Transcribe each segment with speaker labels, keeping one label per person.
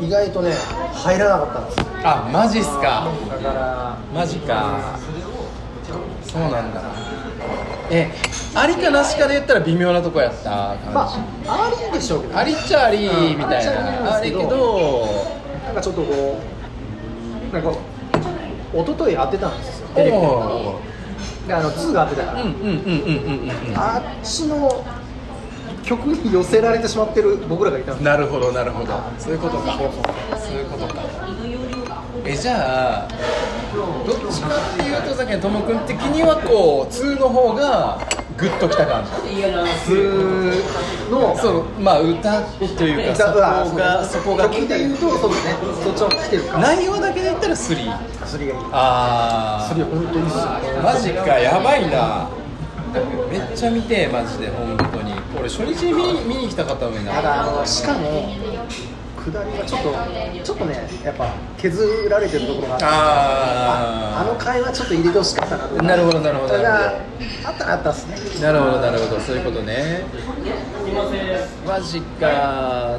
Speaker 1: 意外とね入らなかったんですよ
Speaker 2: あマジっすか
Speaker 1: だから
Speaker 2: マジかそうなんだえありかなしかで言ったら微妙なとこやった
Speaker 1: ま
Speaker 2: 感じ、
Speaker 1: あありでしょうけど
Speaker 2: ありっちゃありみたい
Speaker 1: うん
Speaker 2: な
Speaker 1: あ
Speaker 2: あ
Speaker 1: りっ
Speaker 2: りけ
Speaker 1: ちゃありなんですけど
Speaker 2: ど
Speaker 1: なんかちょっとこうなんかこう一昨日当てたんですよテレビで
Speaker 2: お
Speaker 1: であの2が当てたから、
Speaker 2: ーうんうんうんうんうんうん
Speaker 1: あっちの曲に寄せられてしまってる僕らがいたん
Speaker 2: う
Speaker 1: で
Speaker 2: ん
Speaker 1: す
Speaker 2: なるほどなるほどそういうことかそういうことかえじゃあどっちかっていうとさっきのとも君的にはこう2の方がグッときた感じ
Speaker 1: 2の
Speaker 2: そのまあ歌というかそこ
Speaker 1: あそう
Speaker 2: がそこが
Speaker 1: 曲で言うとそうですねそっちも来てるから
Speaker 2: 内容だけで言ったら3
Speaker 1: それがいい
Speaker 2: あ
Speaker 1: それ本当にいいっすよ
Speaker 2: あマジかやばいなめっちゃ見てマジで本当に俺初日見に見に行きたかったのに
Speaker 1: た
Speaker 2: な
Speaker 1: だあのしかも下りがちょっとちょっとねやっぱ削られてるところがあってああ
Speaker 2: あ
Speaker 1: の会話ちょっと入れてほしかったなと
Speaker 2: あなるほどなるほど
Speaker 1: た
Speaker 2: な
Speaker 1: だ
Speaker 2: る
Speaker 1: あったらあったっすね
Speaker 2: ほどなるほどなるほどそういうことねマジか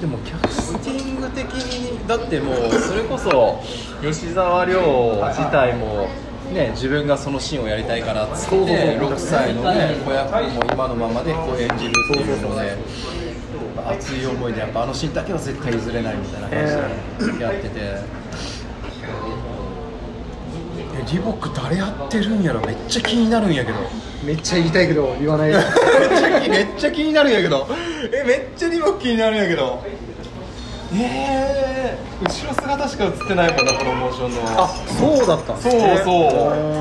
Speaker 2: でもキャスティング的にだってもうそれこそ吉沢亮自体もね自分がそのシーンをやりたいからっつって
Speaker 1: そうそうそう
Speaker 2: 6歳のね子役も今のままでこう演じるっていうので熱い思いでやっぱあのシーンだけは絶対譲れないみたいな感じでやってて。えリボック誰やってるんやろめっちゃ気になるんやけど。
Speaker 1: めっちゃ言いたいけど言わない
Speaker 2: めっちゃ気めっちゃ気になるんやけどえめっちゃリボ気になるんやけどえー、後ろ姿しか映ってないもんなプロモーションの
Speaker 1: そうだったんで
Speaker 2: そう
Speaker 1: すね
Speaker 2: そ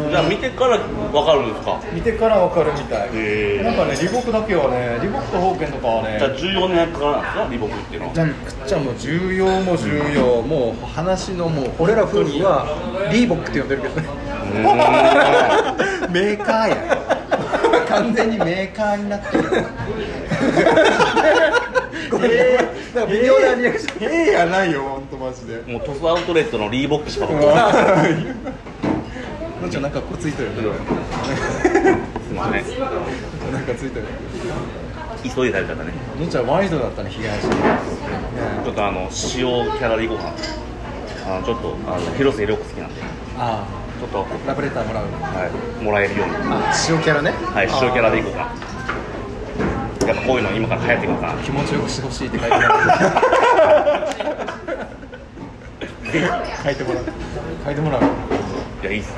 Speaker 2: う
Speaker 3: じゃあ見てから分かるんですか
Speaker 2: 見てからわかるみたい
Speaker 3: へー
Speaker 2: なんかねリボクだけはねリボクとホーケンとかはね
Speaker 3: じゃあ14年からなんですかリボクっていうのは
Speaker 2: じゃんくっちゃもう重要も重要、もう話のもう
Speaker 1: 俺ら夫婦はリーボックって呼んでるけどね
Speaker 2: メーカーや完全にメーカーにな ってる
Speaker 1: ごめんねなんか微妙なリアクショ
Speaker 2: ええやないよ本当マジ で
Speaker 3: もうトスアウトレットのリーボックしか僕は
Speaker 2: のんちゃんなんかこうついてるよね
Speaker 3: すいません
Speaker 2: なんかついてる
Speaker 3: 急いで食べたね
Speaker 2: のんちゃんワイドだったね被害者
Speaker 3: ちょっとあの塩キャラでいこうかなあのちょっとあの広末涼子好きなんでち
Speaker 2: あ
Speaker 3: ょっと、
Speaker 2: あラブレターもらう
Speaker 3: はい、もらえるようには
Speaker 1: ン塩キャラね
Speaker 3: い塩キャラでいこうかなやっぱこういうの今から流行っていこうか
Speaker 2: 気持ちよくしてほしいって書いてある書いてもらう書いてもらう
Speaker 3: ないやいいっすね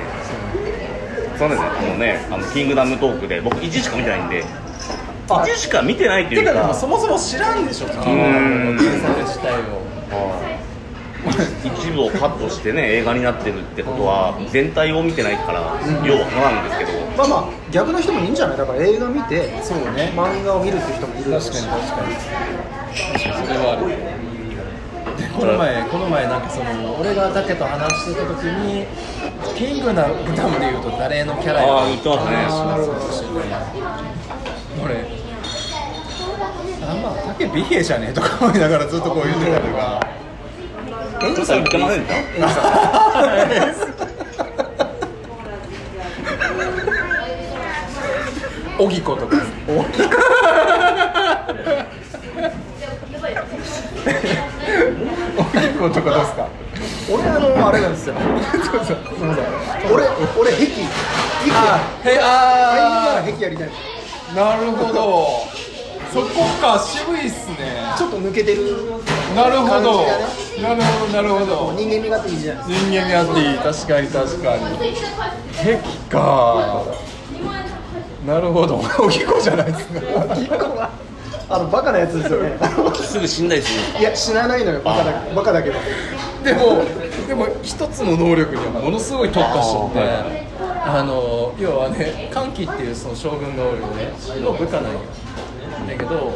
Speaker 3: そうなんですよあのねあのキングダムトークで僕1しか見てないんで
Speaker 2: あ
Speaker 3: 1しか見てないとい
Speaker 2: て
Speaker 3: う
Speaker 2: か
Speaker 3: か
Speaker 2: でもそもそも知らんでしょキングダムの原作自体を
Speaker 3: はい一部をカットしてね映画になってるってことは全体を見てないからようわからんですけど
Speaker 1: まあまあ逆の人もいいんじゃないだから映画見て
Speaker 2: そうね
Speaker 1: 漫画を見るっていう人もいるだろうし
Speaker 2: 確かにそれはあるでこの前この前なんかその俺がだけと話してた時にキングダムでいうと誰のキャラや
Speaker 3: ああ言ってますね
Speaker 2: なるほど俺あんま竹美兵じゃねえとか思いながらずっとこう言ってたりとか
Speaker 3: ちょっと言ってませんか
Speaker 2: おぎことかおぎことかどうですか
Speaker 1: 俺あのあれなんですよ俺俺壁壁あ
Speaker 2: へ
Speaker 1: あ
Speaker 2: あ
Speaker 1: 壁やりたいんですよ
Speaker 2: ーなるほどそこか渋いっすね
Speaker 1: ちょっと抜けてる
Speaker 2: なるほど
Speaker 1: 感
Speaker 2: なるほどなるほ
Speaker 1: もう
Speaker 2: ど
Speaker 1: 人間味があっていいじゃないで
Speaker 2: 人間味あっていい確かに確かに壁かなるほどおぎこじゃないです
Speaker 1: す
Speaker 2: か
Speaker 1: か結構はあのバカなやつですよね
Speaker 3: すぐ死んだりする
Speaker 1: いや死なないのよバカだバカだけど
Speaker 2: でもでも一つの能力にはものすごい特化しちゃってあの要はね歓喜っていうその将軍がおるよねの部下なんよだけど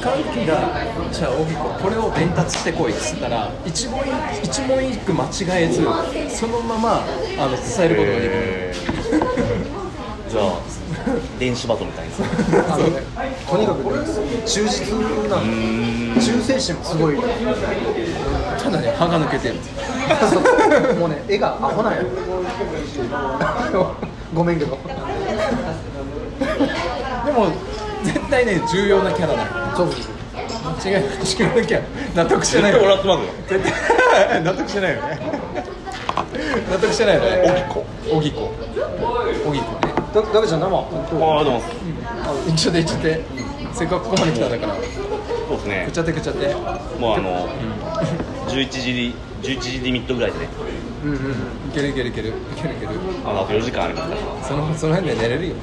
Speaker 2: 歓喜が「じゃあ荻子これを伝達してこい」っつったら一問一問一句間違えずそのままあの伝えることができる。
Speaker 3: じゃあ電子バトみ たいな
Speaker 1: あのねとにかくね忠実なんで忠誠心もす ごい
Speaker 2: ただね歯が抜けてる
Speaker 1: もうね絵がアホ なんやごめんけど
Speaker 2: でも絶対ね重要なキャラだ
Speaker 1: そう
Speaker 2: 間違いなく腰切らなきゃ納得してない
Speaker 3: 絶
Speaker 2: よ
Speaker 3: 対笑ってますよ
Speaker 2: 絶対 納得してないよね納得してないよねおぎこおぎこね
Speaker 1: だだけじゃんどうも
Speaker 3: ああでもそ
Speaker 2: 一応で一応でせっかくここまで来たんだから
Speaker 3: うですね
Speaker 2: くちゃってくちゃって
Speaker 3: もうあの11時11時リミットぐらいでね
Speaker 1: うんうん
Speaker 2: いけるいけるいけるいけるいける
Speaker 3: あのあと4時間ありますから
Speaker 2: そのその辺で寝れるよ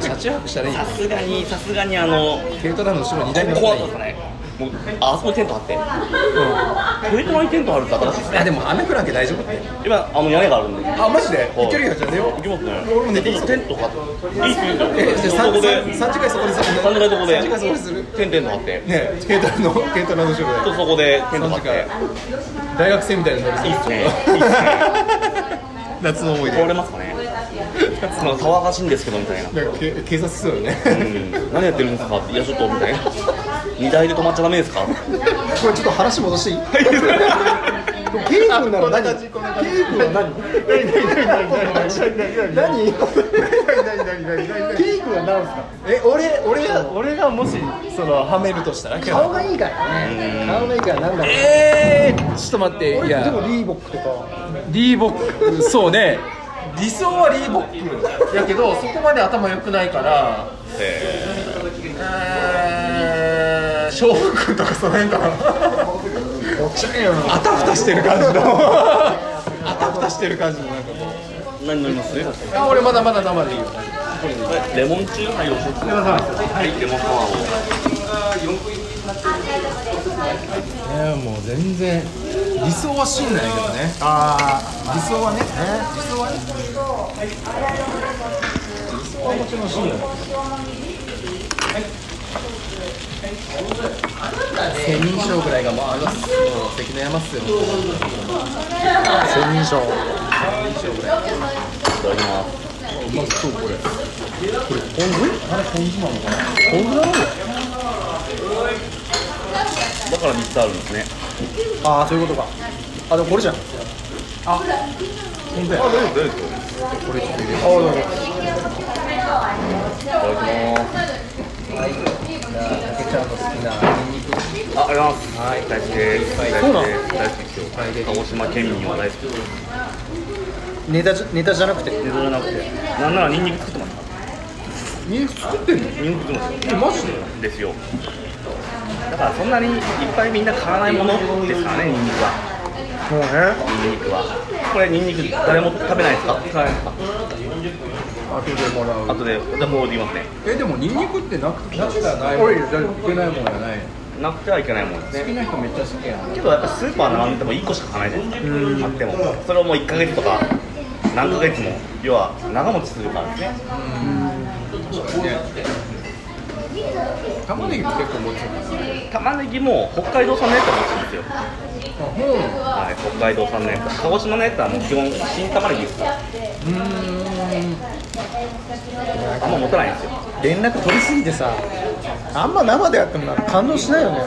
Speaker 2: 車中泊したらいいよ
Speaker 3: さすがにさすがにあの
Speaker 2: 軽トラの後ろ2台乗った
Speaker 3: 怖
Speaker 2: らいい
Speaker 3: か
Speaker 2: よ
Speaker 3: ったねもうああそこにテント張ってトイトラにテント張るって新しいです
Speaker 2: いや
Speaker 3: ね
Speaker 2: でも雨降らんけ大丈夫って
Speaker 3: 今あの屋根があるんで
Speaker 2: あマジで
Speaker 3: はい
Speaker 2: いけるよじゃあ寝よう
Speaker 3: 行きますね
Speaker 2: 俺も寝ていい
Speaker 3: テント張っていいっすね
Speaker 2: えじゃあ
Speaker 3: そこで
Speaker 2: 3時間そこでする
Speaker 3: 3階そこで
Speaker 2: 3時間そこでするね
Speaker 3: テンテント張って
Speaker 2: え軽トラの軽トラの後ろ
Speaker 3: ちょっとそこでテント張っ
Speaker 2: 3時間
Speaker 3: て
Speaker 2: 大学生みたいになりそう
Speaker 3: いいっすね
Speaker 2: 夏の思い出
Speaker 3: 壊れますかねあの騒がしいんですけどみたいな
Speaker 2: なんかけ警察そうよね
Speaker 3: うん何やってるんですかっていやちょっとみたいな荷台で止まっちゃダメですか
Speaker 1: これちょっと話戻していいケイ君なら何ケイ君は 何何ケイ君は何ですか
Speaker 2: え俺俺が俺がもしそのはめるとしたら
Speaker 1: 顔がいいからね顔がいいからなんだろう
Speaker 2: えー、ちょっと待ってい
Speaker 1: 俺で
Speaker 2: や
Speaker 1: もリーボックとか
Speaker 2: D ボ ックそうね理想はリーボックやけどそこまで頭良くないから
Speaker 3: え
Speaker 2: えー小福とかその辺かな
Speaker 1: おっちゃいよ
Speaker 2: あたふたしてる感じのあたふたしてる感じのなんかもう
Speaker 3: ー何飲みます
Speaker 2: あ俺まだまだ生でいいよ
Speaker 3: レモンチューハイを一つくださいはいレモンパワー
Speaker 2: えもう全然理想は死んないけどね
Speaker 1: ああ理想はね
Speaker 2: 千人称ぐらいがまああのもう関の山っすよ
Speaker 1: 千人称
Speaker 3: をいただきます
Speaker 1: こんなの
Speaker 3: だから3つあるんですね
Speaker 1: ああそういうことかあでもこれじゃん
Speaker 3: あ大丈夫大
Speaker 1: あどうぞ
Speaker 3: 丈夫いただきます。はい。じゃあ、ちゃんと好きなニンニク。あ、ありがとうございます。はい、大好きです。大好きです。大好きですよ。鹿児島県民は大好きです。
Speaker 1: ネタじゃネタじゃなくて
Speaker 3: 寝取らなくて。なんならニンニク作ってますから。ニンニク作ってんの？ニンニク作ってますよ。マジで？ですよ。だからそんなにいっぱいみんな買わないものですからね、ニンニクは。
Speaker 1: そうね
Speaker 3: ニンニクは。これニンニク誰も食べないですか？はい。
Speaker 2: 後でもら
Speaker 3: あとでじゃあもう言いますね。
Speaker 2: えでもニンニクってなくなくてはないもんいけないもんやない
Speaker 3: なくてはいけないもんです
Speaker 2: 好
Speaker 3: ね。
Speaker 2: きな人めっちゃ好きやん
Speaker 3: けどやっぱスーパー並んでても1個しか買わないじゃないですか買ってもそれをもう1ヶ月とか何ヶ月も要は長持ちするからですね
Speaker 2: 玉ねぎも結構持つよ
Speaker 3: 玉ねぎも北海道産のやつは持ってるんです
Speaker 2: あう
Speaker 3: よはい北海道産のやつ鹿児島のやつはもう基本新玉ねぎですからあんま持たないんですよ
Speaker 1: 連絡取りすぎてさあんま生でやってもなんか感動しないよね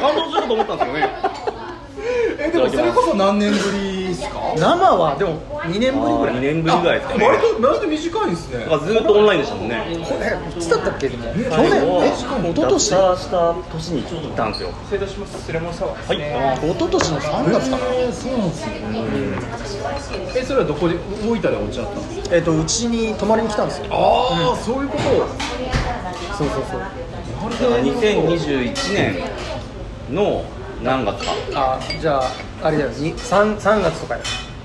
Speaker 3: 感動すると思ったんですよね
Speaker 2: えでもそれこそ何年ぶりですか
Speaker 1: 生はでも2年ぶりぐら
Speaker 3: 2
Speaker 1: い
Speaker 3: 年ぶりぐらいですかね
Speaker 2: 割と割と短いですね
Speaker 3: だからずっとオンラインでしたもんね
Speaker 1: これいつだったっけでも去年
Speaker 3: 最後
Speaker 1: えしかも一昨年
Speaker 3: 脱サラした年に行ったんですよ
Speaker 2: 制度しますそれもさ
Speaker 3: はいあ
Speaker 1: 一昨年の3月かな
Speaker 2: そうなんですねえそれはどこで大分でお茶あったんですか
Speaker 1: えっとうちに泊まりに来たんですよ
Speaker 2: ああそういうこと
Speaker 1: そうそうそう
Speaker 3: ー2021年の何月か
Speaker 1: あじゃああれだよに 3, 3月とかよ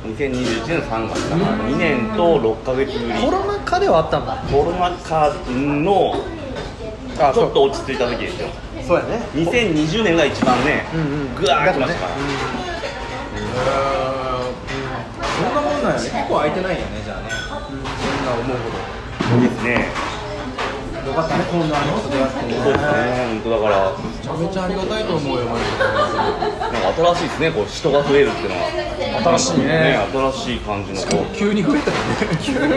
Speaker 3: 2021年3月だから2年と6ヶ月ぶり
Speaker 1: コロナ禍ではあったんだ
Speaker 3: コロナ禍の
Speaker 1: あ
Speaker 3: ちょっと落ち着いた時ですよ
Speaker 1: そうやね
Speaker 3: 2020年が一番ね
Speaker 1: うんうん
Speaker 3: グワーッ来ましたから
Speaker 2: そんなもんなんやね結構空いてないよねじゃあねそんな思うほ
Speaker 3: ですね
Speaker 2: どよかったねこんなあのことやってめ
Speaker 3: そうですね本当だから
Speaker 2: ちゃめちゃありがたいと思うよマジ
Speaker 3: なんか新しいですねこう人が増えるっていうのは
Speaker 1: 新しいね
Speaker 3: 新しい感じのこ
Speaker 2: で急に増えたよね急に
Speaker 1: ね
Speaker 3: う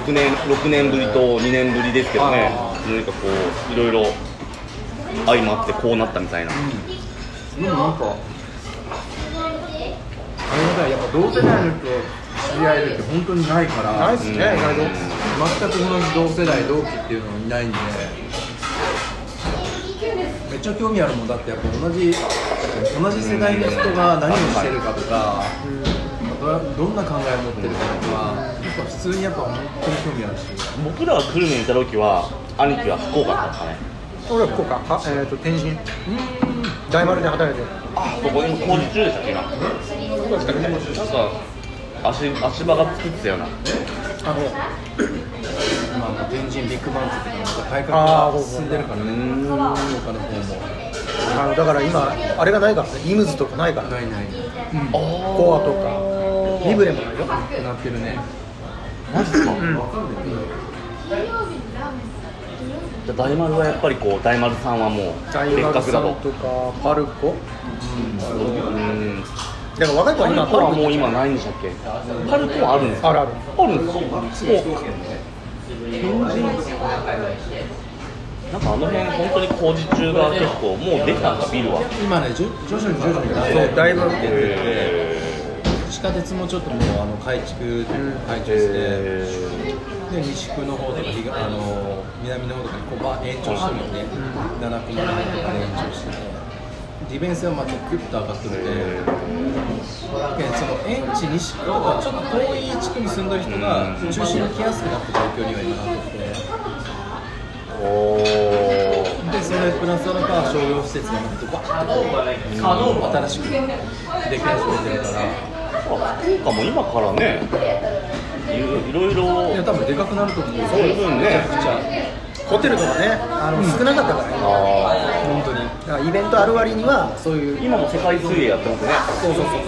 Speaker 3: 6年6年ぶりと2年ぶりですけどね
Speaker 2: あ
Speaker 3: 何かこういろいろ相まってこうなったみたいな
Speaker 2: でもなんかあれだやっぱ同世代の人知り合えるって本当にないから
Speaker 1: ないっすね意外と
Speaker 2: 全く同じ同世代同期っていうのはいないんでっちゃ興味あるもんだってやっぱ同じ同じ世代の人が何をしてるかとか、どどんな考えを持ってるかとか、やっぱ普通にやっぱ本当に興味あるし、
Speaker 3: 僕らが久留米にいた時は兄貴は福岡だったんですかね
Speaker 1: 俺は福岡はえっ、と天神大丸で働いてる
Speaker 3: あそこ今工事中でしたっけななんか足足場が作ってたような
Speaker 1: あの
Speaker 2: 今もう天神ビッグバンクとかなんか改
Speaker 1: あ
Speaker 2: 革
Speaker 1: ー
Speaker 2: が進んでるからね、福岡の方も
Speaker 1: あのだから今あれがないからねイムズとかないからね
Speaker 2: ないない
Speaker 1: コアとかリブレもないよ
Speaker 2: なってるね。
Speaker 3: マジですか
Speaker 1: うん
Speaker 3: じゃあ大丸はやっぱりこう大丸さんはもう
Speaker 1: 大
Speaker 3: 別
Speaker 1: 丸
Speaker 3: 格
Speaker 1: さ
Speaker 3: だ
Speaker 1: ん
Speaker 3: と
Speaker 1: とかパルコ
Speaker 3: うん
Speaker 1: だから若い子
Speaker 3: パ
Speaker 1: は
Speaker 3: ル
Speaker 1: 今
Speaker 3: コ
Speaker 1: パル
Speaker 3: は
Speaker 1: コ
Speaker 3: もう今ないんでしたっけパルコはあるんですか
Speaker 1: あるある
Speaker 3: あるんですかなんかあの辺本当に工事中が結構もうできたんかビルは
Speaker 2: 今ね、じょ徐々に徐々に
Speaker 1: そうだいぶ
Speaker 2: 出てて、地下鉄もちょっともうあの改築、改築して、で西区の方とか東あの南の方とかにこうまあ延長してるので、7区の方とかで延長してて、利便性はまたグッと上がってるので。でその園地西区とかちょっと遠い地区に住んでる人が中心に来やすくなった状況には今なってて。
Speaker 3: おおー
Speaker 2: でそれプラスアルファ商業施設がとバーッと新しくでき始めてるから
Speaker 3: 福岡も今からねいろいろい
Speaker 2: い
Speaker 3: ろ
Speaker 2: や多分でかくなると思うよ
Speaker 3: そういう分ね
Speaker 2: めちゃくちゃ
Speaker 1: ホテルとかねあの少なかったから今
Speaker 3: あ
Speaker 2: 本当に
Speaker 1: だからイベントある割にはそうい
Speaker 3: ー
Speaker 1: う
Speaker 3: 今も世界水泳やってますね
Speaker 1: そうそうそう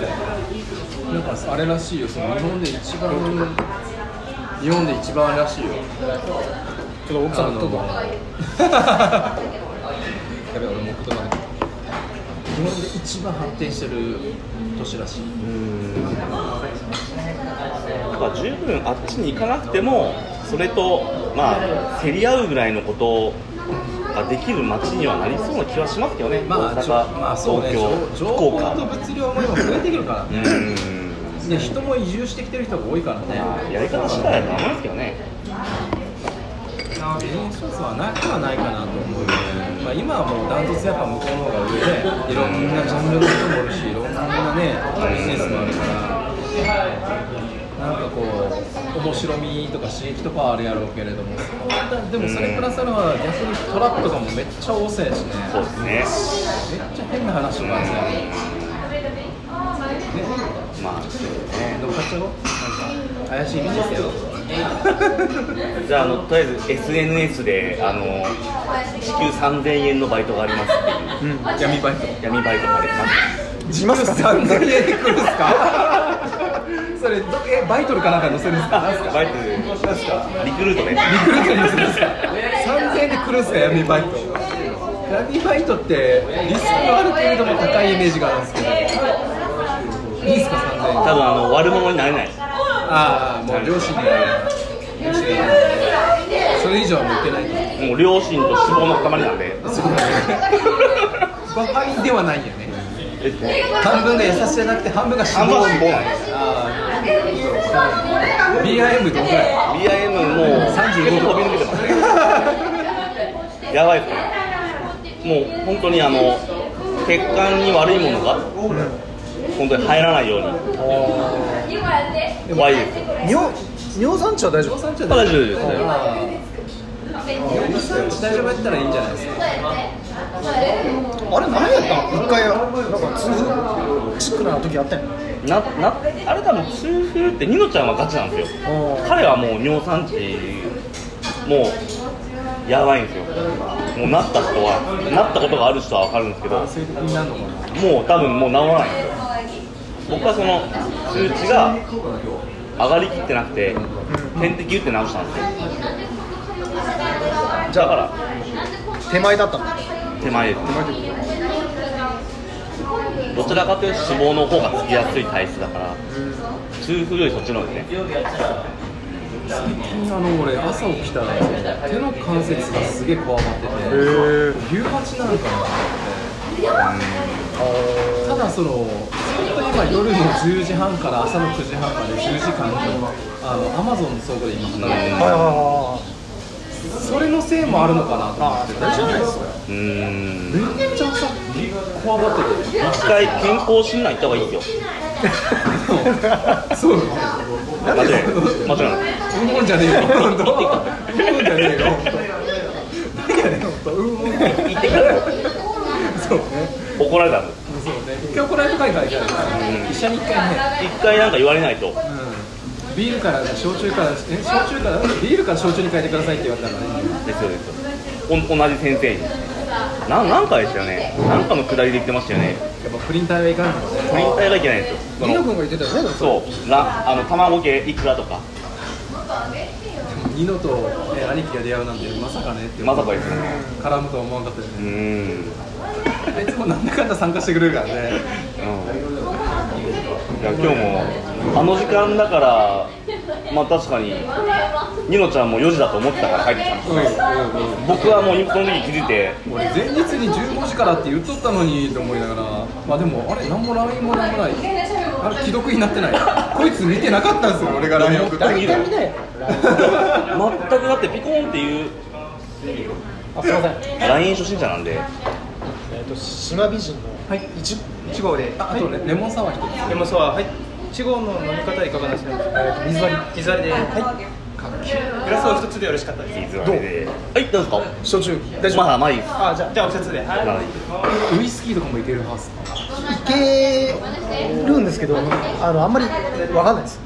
Speaker 1: そう
Speaker 2: なんかあれらしいよその日本で一番日本で一番らしいよ
Speaker 1: ちょっと奥さん とか
Speaker 2: やべ俺もう言葉ない日本で一番発展してる都市らしい
Speaker 3: だから十分あっちに行かなくてもそれとまあ競り合うぐらいのことができる街にはなりそうな気はしますけどね、
Speaker 2: まあ
Speaker 3: 大
Speaker 2: ち
Speaker 3: 阪、
Speaker 2: ょまあそうね
Speaker 3: 東京
Speaker 2: 情
Speaker 3: 福
Speaker 2: 報
Speaker 3: 岡
Speaker 2: と物量も今増えてくるから
Speaker 3: う
Speaker 2: ね
Speaker 3: ん
Speaker 2: で人も移住してきてる人が多いからね
Speaker 3: まあやり方次第だと思いますけどね
Speaker 2: ビジネスチョイスはなくはないかなと思うよね、まあ、今はもうダントツやっぱ向こうの方が上でいろんなジャンルの人もおるしいろんなねビジネスもあるからなんかこう面白みとか刺激とかはあるやろうけれどもでもそれプラスアルファ逆にトラップとかもめっちゃ多せやしね
Speaker 3: そう
Speaker 2: めっ
Speaker 3: ですね
Speaker 2: ちゃ変な話とかあるね
Speaker 3: まあそうですね
Speaker 2: 乗っかっちゃおうなんか怪しいビジネスやろ
Speaker 3: じゃああのとりあえず SNS であの時給3000円のバイトがありますっていう、
Speaker 2: 闇バイト
Speaker 3: 闇バイトがあります
Speaker 2: 自慢さんの家に来るんすかそれどえバイトルかなんか載せるんですかなんすか
Speaker 3: バイトでリクルー ト
Speaker 2: リ
Speaker 3: ね
Speaker 2: クルートに載せるんですか3000円で来るんすか闇バイト闇バイトってリスクがあるけれども高いイメージがあるんですけどいいっすか3000円
Speaker 3: 多分あの悪者になれないです
Speaker 2: ああもう両親に両親にそれ以上はもういけないと
Speaker 3: もう両親と脂肪の塊なんで
Speaker 2: そうだねバカにではないよね
Speaker 3: えっと
Speaker 2: 半分が優しじゃなくて半分が
Speaker 3: 半
Speaker 2: 脂肪
Speaker 3: 分脂肪なんです
Speaker 2: ああ BIM どんぐらい
Speaker 3: BIM もう
Speaker 2: 35
Speaker 3: 飛び抜けてますねやばいっすねもう本当にあの血管に悪いものが本当に入らないように怖いですよ
Speaker 1: 尿尿酸値は大丈夫
Speaker 3: 大丈夫ですね
Speaker 2: 大丈夫やったらいいんじゃないですか。
Speaker 1: あれ何やったの一回なんか痛風チックな時あったんや
Speaker 3: ななあれ多分痛風ってニノちゃんはガチなんですよ彼はもう尿酸値もうやばいんですよもうなった人はなったことがある人は分かるんですけど
Speaker 2: そういう時になるのかな。
Speaker 3: もう多分もう治らないんですよ僕はその数値が上がりきってなくて点滴打って治したんですよ
Speaker 1: じ
Speaker 3: だか
Speaker 1: ゃあ
Speaker 3: ら
Speaker 1: 手前だったの
Speaker 3: 手前ですどちらかというと脂肪の方がつきやすい体質だから痛風よりそっちの方ですね
Speaker 2: あの俺朝起きたら手の関節がすげえこわばってて、
Speaker 1: え
Speaker 2: 牛八なのかなと思って。ただそのずっと今夜の10時半から朝の9時半まで10時間あのアマゾンの倉庫で今働いてる
Speaker 1: はいはいはいはい
Speaker 2: それのせいもあるのかなと思って
Speaker 1: あーそれじゃないですか
Speaker 3: うん
Speaker 1: めっちゃさ
Speaker 2: 怖がってて
Speaker 3: 一回健康診断行った方がいいよ
Speaker 2: そう
Speaker 3: マジで 間違いない
Speaker 2: うんもんじゃねえよ本当うんもんじゃねえよ本当何やねん本当うんもんって
Speaker 3: 行ってから
Speaker 2: そうね
Speaker 3: 怒られたの
Speaker 2: そうね一回怒られる会からじゃない
Speaker 3: うん
Speaker 2: ですか医者に一回ね
Speaker 3: 一回なんか言われないと
Speaker 2: うんビールから焼酎からえ焼酎からビールから焼酎に変えてくださいって言われたからね
Speaker 3: ですよですよお同じ先生にな何回でしたよね何かの下りで言ってましたよね
Speaker 2: やっぱプリン体はいかんのね
Speaker 3: プリン体がいけないんですよそ
Speaker 2: ニノ
Speaker 3: の
Speaker 2: 君が言ってたよね
Speaker 3: そうラあの卵系いくらとか
Speaker 2: ニノと、ね、兄貴が出会うなんてまさかねって
Speaker 3: まさかですよね
Speaker 2: 絡むとは思わなかったよ
Speaker 3: う
Speaker 2: ね
Speaker 3: ーん
Speaker 2: いつもなんだかんだ参加してくれるからね
Speaker 3: うんいや今日もあの時間だからまあ確かにニノちゃんも4時だと思ってたから帰ってきたんです
Speaker 2: うんうんうん
Speaker 3: 僕はもうその時気づいて
Speaker 2: 俺前日に15時からって言っとったのにと思いながらまあでもあれ何も LINE も何もないあれ既読になってないこいつ見てなかったんですよ俺が LINE 送った
Speaker 3: 大体見
Speaker 2: ない
Speaker 3: 全くだってピコーンっていう
Speaker 1: あすいません
Speaker 3: LINE 初心者なんで
Speaker 1: えっと島美人の
Speaker 2: はい
Speaker 1: 一一号で
Speaker 2: ああとねレモンサワー一
Speaker 4: でもさ、はい、1号の飲み方いかがなさいますか
Speaker 1: えー水割
Speaker 4: 水割りで、はい、
Speaker 2: つかっ
Speaker 4: グラスを一つでよろしかったです。
Speaker 3: 水割りではいどうですか
Speaker 1: り焼酎大丈夫
Speaker 3: まだないです
Speaker 4: あ、じゃあ、じゃあ、お二つで。はい。
Speaker 3: ない
Speaker 2: きいウイスキーとかもいけるはず
Speaker 1: いけるんですけどあのあんまりわかんないです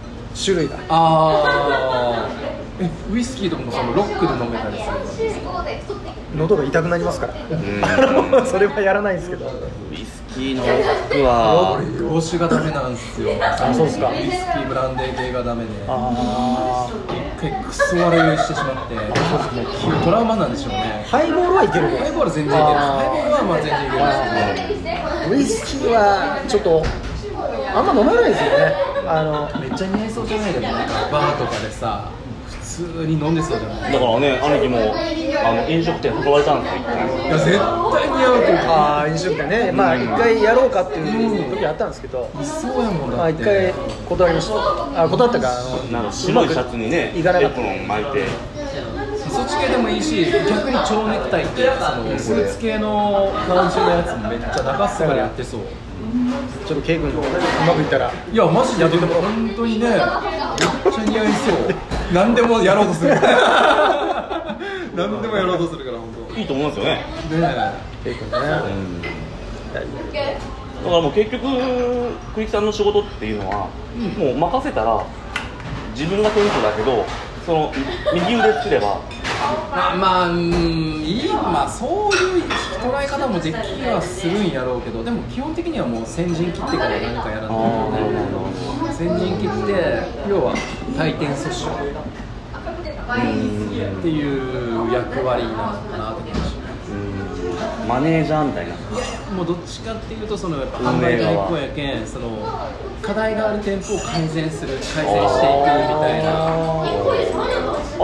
Speaker 1: 種類が
Speaker 2: あーえウイスキーとかもそのロックで飲めたりする
Speaker 1: 喉が痛くなりますから
Speaker 3: ん
Speaker 1: あ のそれはやらないんですけど
Speaker 3: ウイスキーのロックは
Speaker 2: 俺洋酒がダメなんですよあ
Speaker 1: そうっすか
Speaker 2: ウイスキーブランデー系がダメで
Speaker 1: あ
Speaker 2: 一回クソ悪酔いしてしまってトラウマなんでしょうね
Speaker 1: あハイボールはいける
Speaker 2: ハイボール全然い
Speaker 1: あ
Speaker 2: ける
Speaker 1: ー
Speaker 2: ハイボールはまあ全然いける
Speaker 1: ウイスキーはちょっとあんま飲まないですよねあの
Speaker 2: めっちゃ似合いそうじゃないでもなんかバーとかでさ普通に飲んでそうじゃない
Speaker 3: だからね兄貴もあの飲食店運ばれたんですよ
Speaker 2: いや絶対似合うというか
Speaker 1: あー飲食店ねまあ一回やろうかっていう時あったんですけど、
Speaker 2: いそうやもん
Speaker 1: ま
Speaker 2: だ
Speaker 1: あ
Speaker 2: っ
Speaker 1: 一
Speaker 2: て
Speaker 1: 回断りましたあ断ったかあの
Speaker 3: なんか白いシャツにね
Speaker 1: い
Speaker 3: エ
Speaker 1: かなかっ
Speaker 3: プ
Speaker 1: た
Speaker 3: ロン巻いて
Speaker 2: そっち系でもいいし逆に蝶ネクタイっていうそのスーツ系の感じのやつもめっちゃ長すまでやってそう
Speaker 1: ちょっと K 君のうまくいったら
Speaker 2: いやマジでやっても本当にねめっちゃ似合いそう何でもやろうとする 何でもやろうとするから本
Speaker 3: いいと思いますよね
Speaker 2: 当ね
Speaker 1: K
Speaker 2: え
Speaker 1: 君ね
Speaker 3: だからもう結局栗木さんの仕事っていうのは、もう任せたら自分が店長だけどその右腕つければ
Speaker 2: まあ、まあ、うーんいい、まあ、そういう捉え方もできはするんやろうけど、でも基本的にはもう先陣切ってから何かやらないとね、先陣切って、要は体験訴訟っていう役割なのかなって気がしま
Speaker 3: マネージャーみたいな
Speaker 2: す。もうどっちかっていうと、そのやっぱ販売代行やけん、その課題がある店舗を改善する、改善していくみたいな。
Speaker 3: あ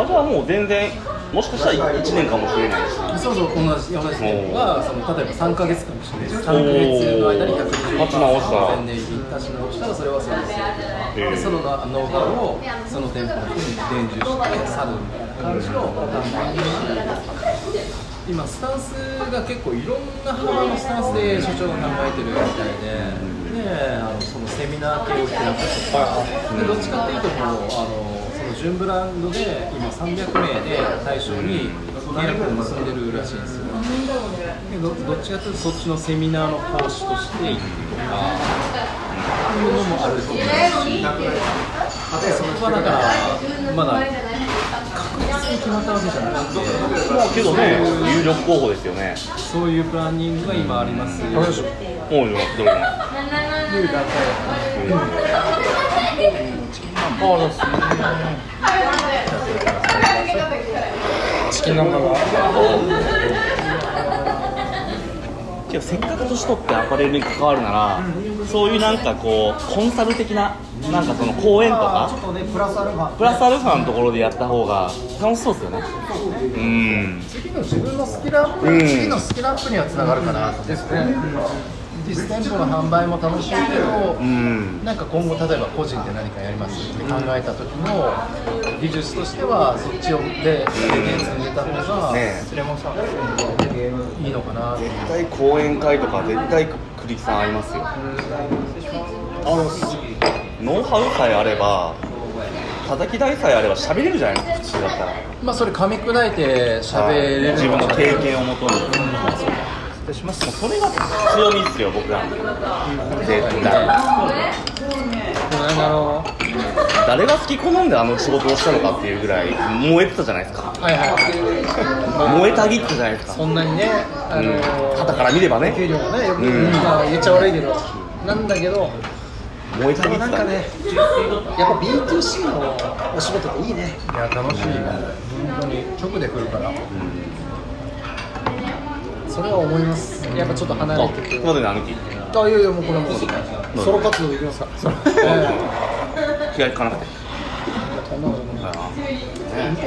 Speaker 3: じゃあもう全然もしかしたら1年かもしれないし
Speaker 2: そうそう、同じ、同じ点が、その、例えば三ヶ月かもしれない。三ヶ月の間に百人
Speaker 3: 立ち直した
Speaker 2: 年金足し直したら、それはそう
Speaker 3: へ
Speaker 2: で
Speaker 3: え
Speaker 2: す。で、そのノノウハウを、その店舗に伝授して、去るみたいな感じの段階に今スタンスが結構いろんな幅のスタンスで所長が考えてるみたいで、ねえ、あのそのセミナー系を開くとか、でどっちかっていうともうあのその純ブランドで今300名で対象に契約を結んでるらしいんですよ。でどどっちかっていうとそっちのセミナーの講師として行くとか、いうのもあると思うし、あとそこはだからまだ確実に決まったわけじゃなくて。
Speaker 3: まあけどね有力候補ですよね
Speaker 2: そういうプランニングが今あります。
Speaker 1: わかりまし
Speaker 3: もうよどれも
Speaker 1: たチキン南蛮が
Speaker 3: けどせっかく年取ってアパレルに関わるなら、そういうなんかこうコンサル的ななんかその講演とか
Speaker 1: ちょっとねプラスアルファ
Speaker 3: プラスアルファのところでやった方が楽しそうですよねうん
Speaker 1: 次の自分のスキルアップ、
Speaker 3: うん
Speaker 1: 次のスキルアップにはつながるかなですね、
Speaker 2: で実店舗の販売も楽しいけど、
Speaker 3: うん
Speaker 2: なんか今後例えば個人で何かやりますって考えた時の技術としてはそっちをで現実に入れた方が
Speaker 3: ね
Speaker 4: それもさ
Speaker 2: いいのかなって
Speaker 3: 絶対講演会とか絶対栗木さん会いますよ
Speaker 1: あのす
Speaker 3: ノウハウさえあれば叩き台さえあれば喋れるじゃないですか普通だったら
Speaker 2: まあそれ噛み砕いて喋れる
Speaker 3: 自分の経験をもとに、
Speaker 4: 失礼します
Speaker 3: もうそれが強みっすよ僕らの絶対
Speaker 2: この間の
Speaker 3: 誰が好き好んであの仕事をしたのかっていうぐらい燃えてたじゃないですか
Speaker 2: はいはい
Speaker 3: 燃えたぎってたじゃないですか
Speaker 2: そんなにねあの
Speaker 3: うん旗から見ればね
Speaker 2: 給料がねよく、
Speaker 3: うん
Speaker 2: まあ言っちゃ悪いけどなんだけど
Speaker 3: 燃えたぎって
Speaker 1: な
Speaker 3: た
Speaker 1: んかねやっぱ B2C のお仕事っていいね
Speaker 2: いや楽しい本当に直で来るから
Speaker 1: それは思いますやっぱちょっと離
Speaker 3: あ
Speaker 1: れて
Speaker 3: すい
Speaker 1: く
Speaker 3: ませんあの木
Speaker 1: あいやいやもうこれはもうソロ活動できますから ええ
Speaker 3: 気が利かなくて
Speaker 1: そんなことない
Speaker 3: あ